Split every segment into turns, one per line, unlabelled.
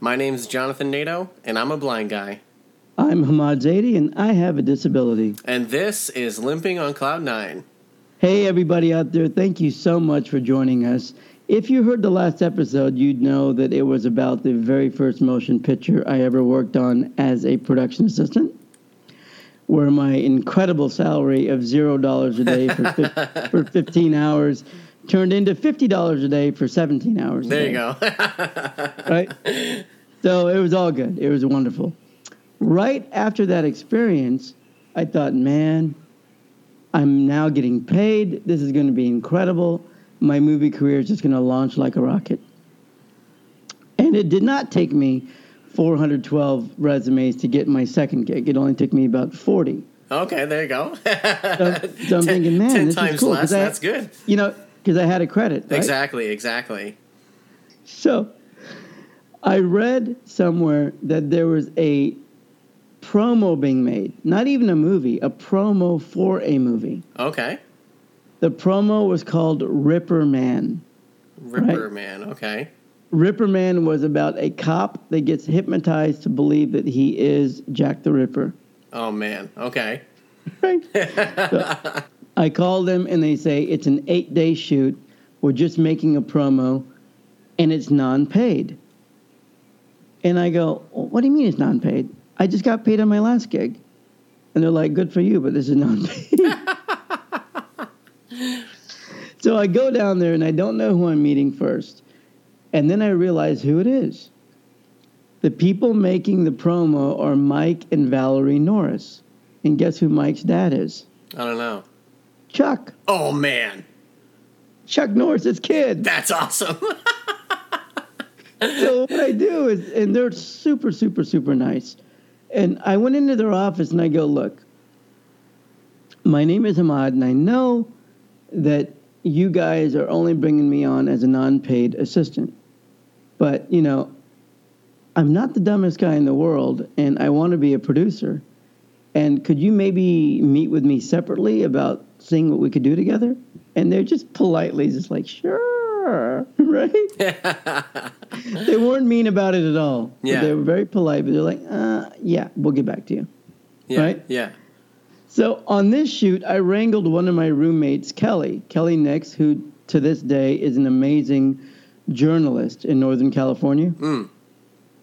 My name's Jonathan Nato, and I'm a blind guy.
I'm Hamad Zaidi, and I have a disability.
And this is Limping on Cloud Nine.
Hey, everybody out there, thank you so much for joining us. If you heard the last episode, you'd know that it was about the very first motion picture I ever worked on as a production assistant, where my incredible salary of $0 a day for, fif- for 15 hours turned into $50 a day for 17 hours. a
There
day,
you go.
Right? so it was all good. It was wonderful. Right after that experience, I thought, man, I'm now getting paid. This is going to be incredible. My movie career is just going to launch like a rocket. And it did not take me 412 resumes to get my second gig. It only took me about 40.
okay, there you go.
So, so I'm thinking, man,
Ten
this
times
is cool.
less.
'cause I-
That's good.
You know, because I had a credit. right?
Exactly, exactly.
So I read somewhere that there was a promo being made, not even a movie, a promo for a movie.
Okay.
The promo was called Ripper Man.
Ripper
Right.
Man. Okay.
Ripper Man was about a cop that gets hypnotized to believe that he is Jack the Ripper.
Oh man. Okay.
Right? So I call them and they say it's an eight day shoot. We're just making a promo and it's non paid. And I go, What do you mean it's non paid? I just got paid on my last gig. And they're like, Good for you, but this is non paid. so I go down there and I don't know who I'm meeting first. And then I realize who it is. The people making the promo are Mike and Valerie Norris. And guess who Mike's dad is?
I don't know.
Chuck.
Oh man,
Chuck Norris's kid.
that's awesome.
So what I do is, and they're super, super, super nice. And I went into their office and I go, look, my name is Ahmad, and I know that you guys are only bringing me on as a non-paid assistant. But you know, I'm not the dumbest guy in the world, and I want to be a producer. And could you maybe meet with me separately about seeing what we could do together? And they're just politely just like, sure, right? they weren't mean about it at all. But
Yeah.
They were very polite, but they're like, uh, yeah, we'll get back to you.
yeah.
Right?
Yeah.
So on this shoot, I wrangled one of my roommates, Kelly, Kelly Nix, who to this day is an amazing journalist in Northern California.
Mm.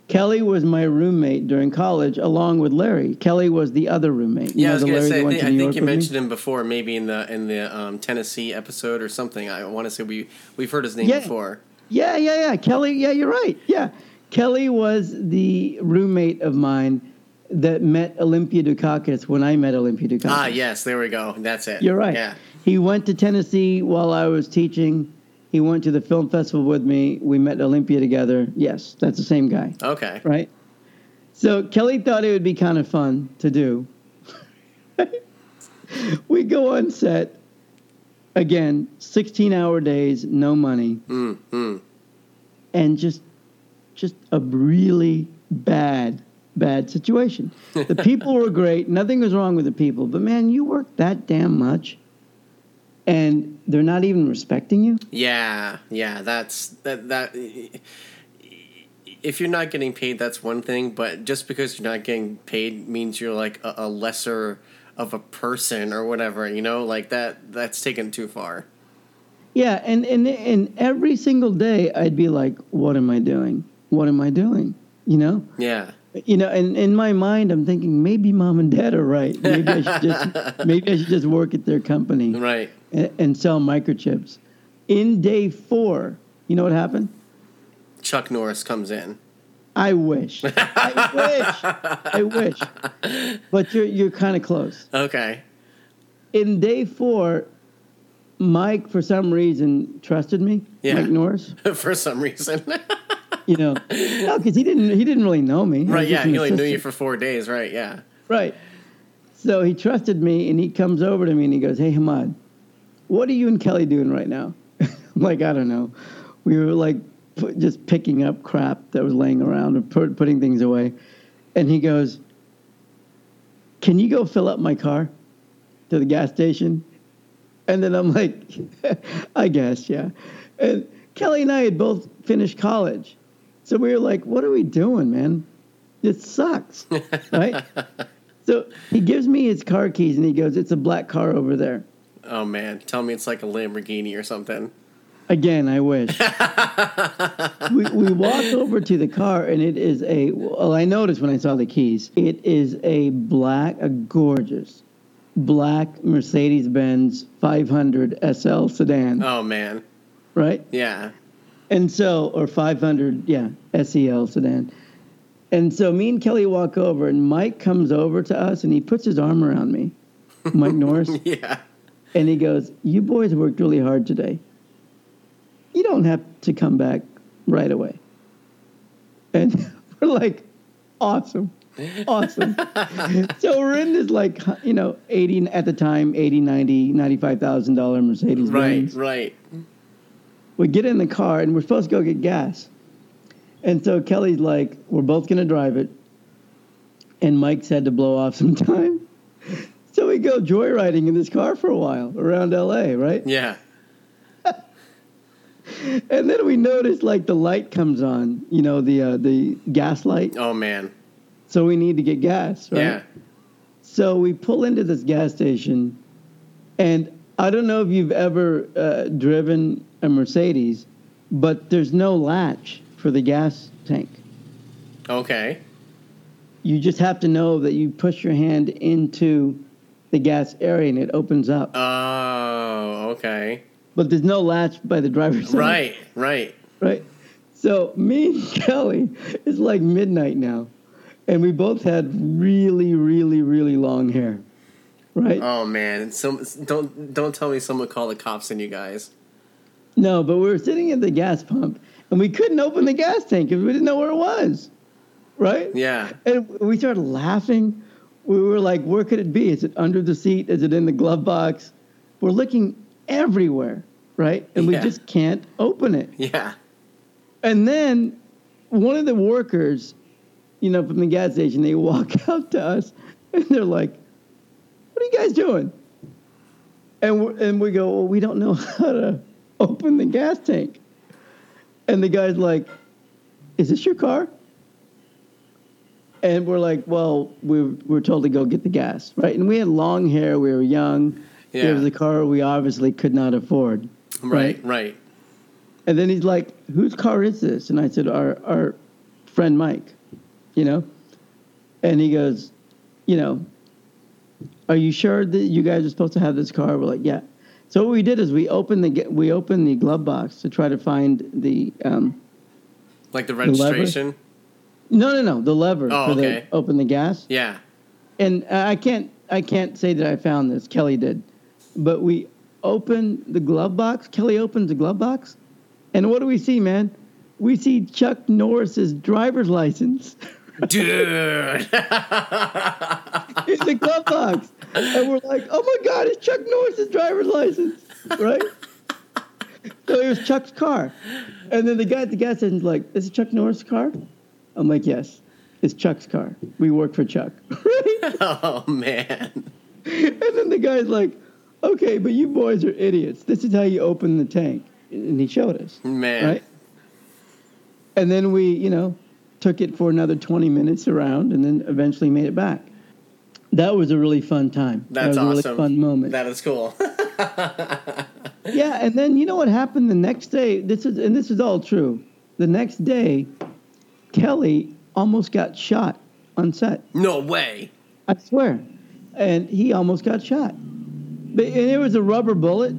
Kelly was my roommate during college, along with Larry. Kelly was the other roommate. You
Yeah,
know,
I was
the
gonna
Larry
say.
that
I
went
think,
to
I
New
think
York
you
with me?
mentioned him before, maybe in the in the um, Tennessee episode or something. I want to say we we've heard his name
Yeah.
before.
Yeah, yeah, yeah. Kelly, yeah, you're right. Yeah. Kelly was the roommate of mine that met Olympia Dukakis when I met Olympia Dukakis.
Ah, yes. There we go. That's it.
You're right.
Yeah.
He went to Tennessee while I was teaching. He went to the film festival with me. We met at Olympia together. Yes, that's the same guy,
Okay.
right? So Kelly thought it would be kind of fun to do. we go on set. Again, 16 hour days, no money,
Mm, mm.
and just just a really bad, bad situation. The people were great. Nothing was wrong with the people, but man, you work that damn much and they're not even respecting you.
Yeah, yeah, that's that that if you're not getting paid that's one thing, but just because you're not getting paid means you're like a, a lesser of a person or whatever, you know? Like that that's taken too far.
Yeah, and, and and every single day I'd be like, What am I doing? What am I doing? You know?
Yeah.
You know, and in my mind I'm thinking maybe mom and dad are right. Maybe I should just maybe I should just work at their company.
Right.
and, and sell microchips. In day four, you know what happened?
Chuck Norris comes in.
I wish. I wish. I wish. But you're you're kind of close.
Okay.
In day four, Mike for some reason trusted me.
Yeah.
Mike Norris.
for some reason.
You know, no, because he didn't he didn't really know me. I was
right,
just
yeah,
an
he only knew you
assistant.
for 4 days, right? Yeah.
Right. So he trusted me and he comes over to me and he goes, Hey, Hamad, what are you and Kelly doing right now? I'm like, I don't know. We were like pu- just picking up crap that was laying around and put, putting things away. And he goes, Can you go fill up my car to the gas station? And then I'm like, I guess, yeah. And Kelly and I had both finished college. So we were like, what are we doing, man? This sucks. right? So he gives me his car keys and he goes, it's a black car over there.
Oh man, tell me it's like a Lamborghini or something.
Again, I wish. we, we walk over to the car, and it is a. Well, I noticed when I saw the keys, it is a black, a gorgeous black Mercedes Benz 500 SL sedan,
Oh man,
right?
yeah.
And so, or 500, yeah, SEL sedan. And so me and Kelly walk over, and Mike comes over to us and he puts his arm around me, Mike Norris,
Yeah.
and he goes, You boys worked really hard today. You don't have to come back right away. And we're like, Awesome. Awesome. so we're in this, like, you know, 80, at the time, 80, 90, $95,000 Mercedes
Right,
Benz
right.
we get in the car and we're supposed to go get gas. And so Kelly's like, we're both going to drive it. And Mike's had to blow off some time. So we go joyriding in this car for a while around LA, right?
Yeah.
And then we notice like the light comes on, you know, the uh, the gas light.
Oh man.
So we need to get gas, right?
Yeah.
So we pull into this gas station, and I don't know if you've ever uh, driven a Mercedes, but there's no latch for the gas tank.
Okay.
You just have to know that you push your hand into the gas area and it opens
Uh.
up.
Oh, okay.
But there's no latch by the driver's side.
Right, right.
Right. So me and Kelly, it's like midnight now, and we both had really, really, really long hair. Right.
Oh man, and some don't don't tell me someone called the cops on you guys.
No, but we were sitting at the gas pump and we couldn't open the gas tank because we didn't know where it was. Right?
Yeah.
And we started laughing. We were like, where could it be? Is it under the seat? Is it in the glove box? We're looking everywhere, right? And
Yeah.
we just can't open it.
Yeah.
And then one of the workers, you know, from the gas station, they walk out to us and they're like, What are you guys doing? And, we're, and we go, Well, we don't know how to open the gas tank. And the guy's like, Is this your car? And we're like, Well, we we're told to go get the gas, right? And we had long hair, we were young.
Yeah.
It was a car we obviously could not afford.
Right, right.
And then he's like, "Whose car is this?" And I said, "Our our friend Mike, you know." And he goes, "You know, are you sure that you guys are supposed to have this car?" We're like, "Yeah." So what we did is we opened the ge- we opened the glove box to try to find the um,
Like the
lever?
registration.
no no no the lever
Oh,
for
okay.
the open the gas.
Yeah.
and I can't I can't say that I found this. Kelly did, but we open the glove box. Kelly opens the glove box, and what do we see, man? We see Chuck Norris's driver's license
Dude.
in the glove box, and we're like, "Oh my God, it's Chuck Norris's driver's license!" Right? so it was Chuck's car, and then the guy at the gas station's like, "Is it Chuck Norris's car?" I'm like, "Yes." It's Chuck's car. We work for Chuck. Right?
oh man.
And then the guy's like, okay, but you boys are idiots. This is how you open the tank. And he showed us.
Man.
Right? And then we, you know, took it for another 20 minutes around and then eventually made it back. That was a really fun time.
That's
that was A
awesome.
really fun moment.
That is cool.
yeah, and then you know what happened the next day? This is and this is all true. The next day, Kelly almost got shot on set.
no way.
I swear. And he almost got shot. But, and it was a rubber bullet.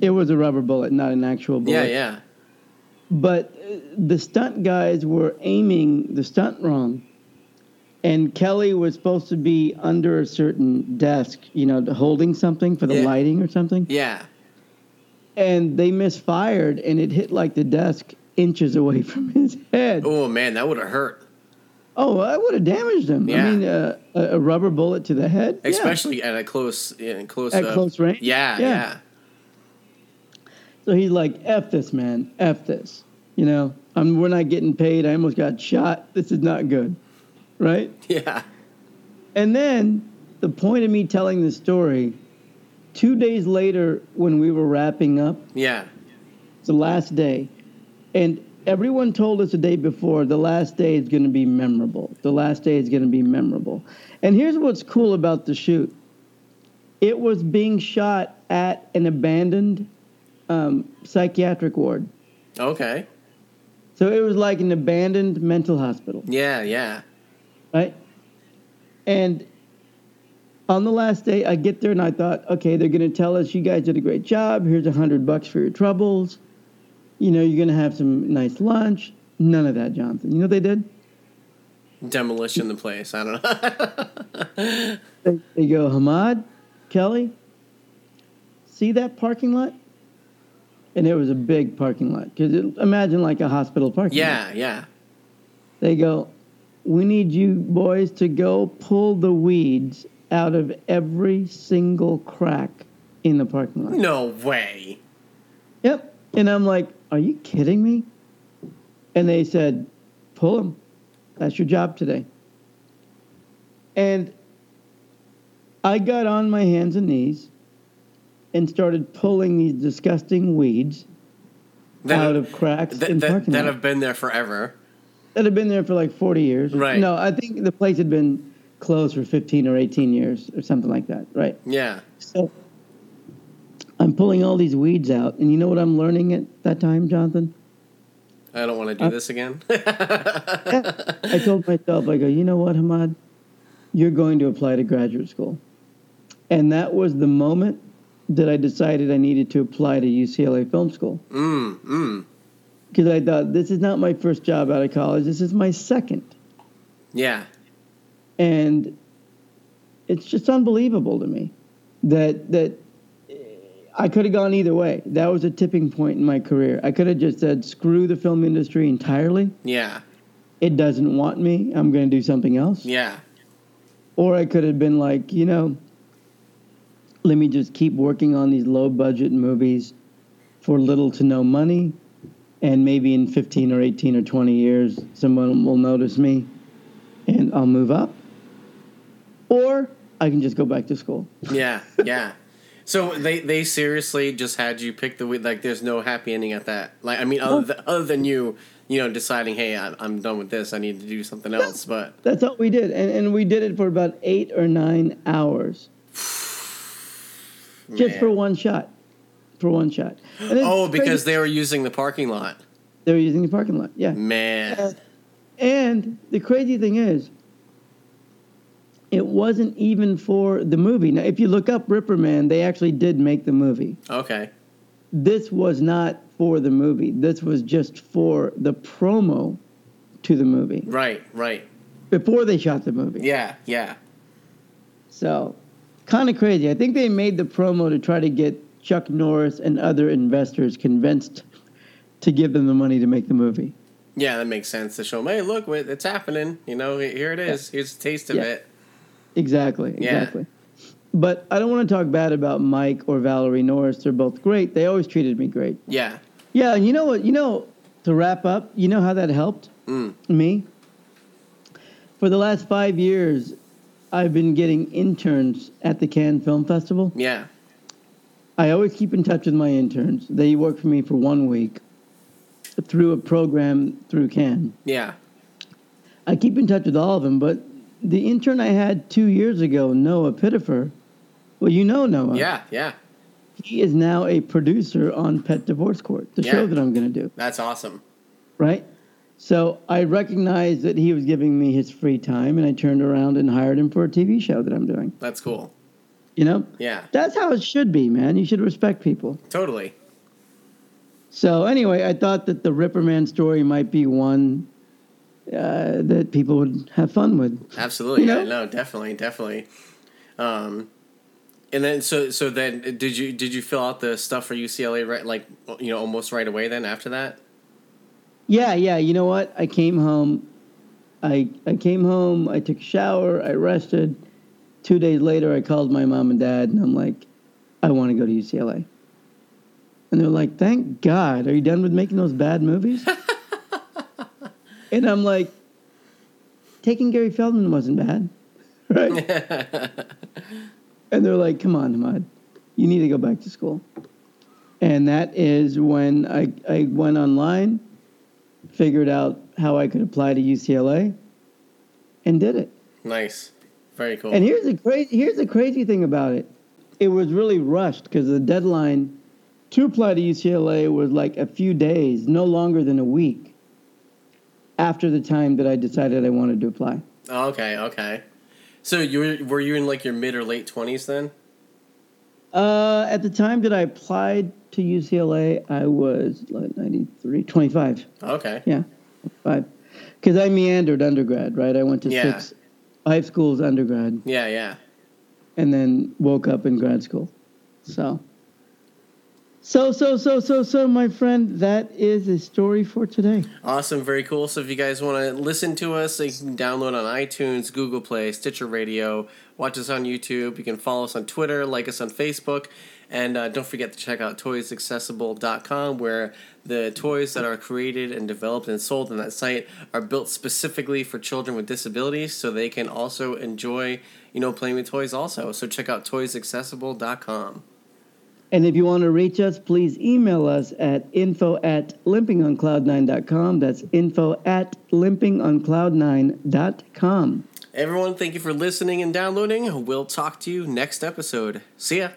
It was a rubber bullet, not an actual bullet.
Yeah, yeah.
But uh, the stunt guys were aiming the stunt wrong. And Kelly was supposed to be under a certain desk, you know, holding something for the
Yeah.
lighting or something.
Yeah.
And they misfired and it hit like the desk inches away from his head.
Oh man, that would have hurt.
Oh, I would have damaged him.
Yeah.
I mean, uh, a, a rubber bullet to the head. Yeah.
Especially at a close in close
At
up.
close range?
Yeah, yeah.
Yeah. So he's like, F this, man. F this. You know, I'm, we're not getting paid. I almost got shot. This is not good. Right?
Yeah.
And then the point of me telling this story, two days later, when we were wrapping up
Yeah.
the last day, and everyone told us the day before the last day is going to be memorable. The last day is going to be memorable. And here's what's cool about the shoot it was being shot at an abandoned um, psychiatric ward.
Okay.
So it was like an abandoned mental hospital,
Yeah, yeah.
right? And on the last day, I get there and I thought, okay, they're going to tell us you guys did a great job. Here's a hundred bucks for your troubles. You know, you're going to have some nice lunch. None of that, Jonathan. You know what they did?
Demolition the place. I don't know.
They, they go, Hamad, Kelly, see that parking lot? And it was a big parking lot because imagine like a hospital parking lot.
yeah, yeah.
They go, we need you boys to go pull the weeds out of every single crack in the parking lot.
No way.
Yep. And I'm like, are you kidding me? And they said, pull them. That's your job today. And I got on my hands and knees and started pulling these disgusting weeds
That,
out of cracks
that,
in
that,
parking
that
lots
have been there forever.
that had been there for like 40 years.
Right.
No, I think the place had been closed for 15 or 18 years or something like that. Right.
Yeah.
So I'm pulling all these weeds out. And you know what I'm learning at that time, Jonathan?
I don't want to do
Uh,
this again.
I told myself, I go, you know what, Hamad? You're going to apply to graduate school. And that was the moment that I decided I needed to apply to UCLA Film School.
mm, mm.
Because I thought, this is not my first job out of college, this is my second.
Yeah.
and it's just unbelievable to me that that I could have gone either way. That was a tipping point in my career. I could have just said, "Screw the film industry entirely.
Yeah.
It doesn't want me. I'm going to do something else."
Yeah.
Or I could have been like, you know, let me just keep working on these low budget movies for little to no money. And maybe in 15 or 18 or 20 years, someone will notice me and I'll move up. Or I can just go back to school.
Yeah. Yeah. So they, they seriously just had you pick the weed. Like, there's no happy ending at that. Like, I mean, other, th- other than you, you know, deciding, hey, I, I'm done with this. I need to do something else. But
That's all we did. And, and we did it for about eight or nine hours just for
Man.
one shot. For one shot. And it's
Oh,
crazy.
because they were using the parking lot.
they were using the parking lot. Yeah.
Man.
And the crazy thing is, it wasn't even for the movie. Now, if you look up Ripper Man, they actually did make the movie.
Okay.
This was not for the movie. This was just for the promo to the movie
Right. Right.
before they shot the movie.
Yeah. Yeah.
So, kind of crazy. I think they made the promo to try to get Chuck Norris and other investors convinced to give them the money to make the movie.
Yeah, that makes sense to show 'em, Hey, look, wait, it's happening. You know, here it is. Here's a taste of
Yeah.
it.
Exactly.
Yeah.
Exactly. But I don't want to talk bad about Mike or Valerie Norris. They're both great. They always treated me great.
Yeah.
Yeah, and you know what? You know, to wrap up, you know how that helped
Mm.
me? For the last five years, I've been getting interns at the Cannes Film Festival.
Yeah.
I always keep in touch with my interns. They work for me for one week through a program through Cannes.
Yeah.
I keep in touch with all of them, but the intern I had two years ago, Noah Pittifer, well, you know Noah.
Yeah. Yeah.
He is now a producer on Pet Divorce Court, the show
Yeah.
that I'm going to do,
That's awesome.
right? So I recognized that he was giving me his free time, and I turned around and hired him for a TV show that I'm doing.
That's cool.
You know,
Yeah.
that's how it should be, man. You should respect people.
Totally.
So anyway, I thought that the Ripperman story might be one uh, that people would have fun with.
Absolutely.
You
Yeah.
know?
No, definitely. Definitely. Um, and then so so then uh, did you did you fill out the stuff for UCLA right like you know almost right away then after that?
Yeah, yeah. You know what? I came home. I I came home. I took a shower. I rested. Two days later, I called my mom and dad, and I'm like, I want to go to UCLA. And they're like, Thank God. Are you done with making those bad movies? and I'm like, Taking Gary Feldman wasn't bad, right? And they're like, come on, Ahmad, you need to go back to school. And that is when I, I went online figured out how I could apply to UCLA, and did it.
Nice. Very cool.
And here's the crazy here's the crazy thing about it. It was really rushed because the deadline to apply to UCLA was like a few days, no longer than a week after the time that I decided I wanted to apply.
Oh, okay, okay. So you were, were you in like your mid or late 20s then?
Uh, at the time that I applied to UCLA, I was like 93, 25.
Okay.
Yeah, five. Because I meandered undergrad, right? I went to
Yeah.
six, five schools undergrad,
Yeah, yeah.
and then woke up in grad school. So, so, so, so, so, so, my friend, that is the story for today.
Awesome, very cool. So if you guys want to listen to us, you can download on iTunes, Google Play, Stitcher Radio, watch us on YouTube. You can follow us on Twitter, like us on Facebook, and uh, don't forget to check out toysaccessible.com where the toys that are created and developed and sold on that site are built specifically for children with disabilities so they can also enjoy, you know, playing with toys also. So check out toysaccessible.com.
And if you want to reach us, please email us at info at limpingoncloud9.com. That's info at limpingoncloud9.com.
Everyone, thank you for listening and downloading. We'll talk to you next episode. See ya.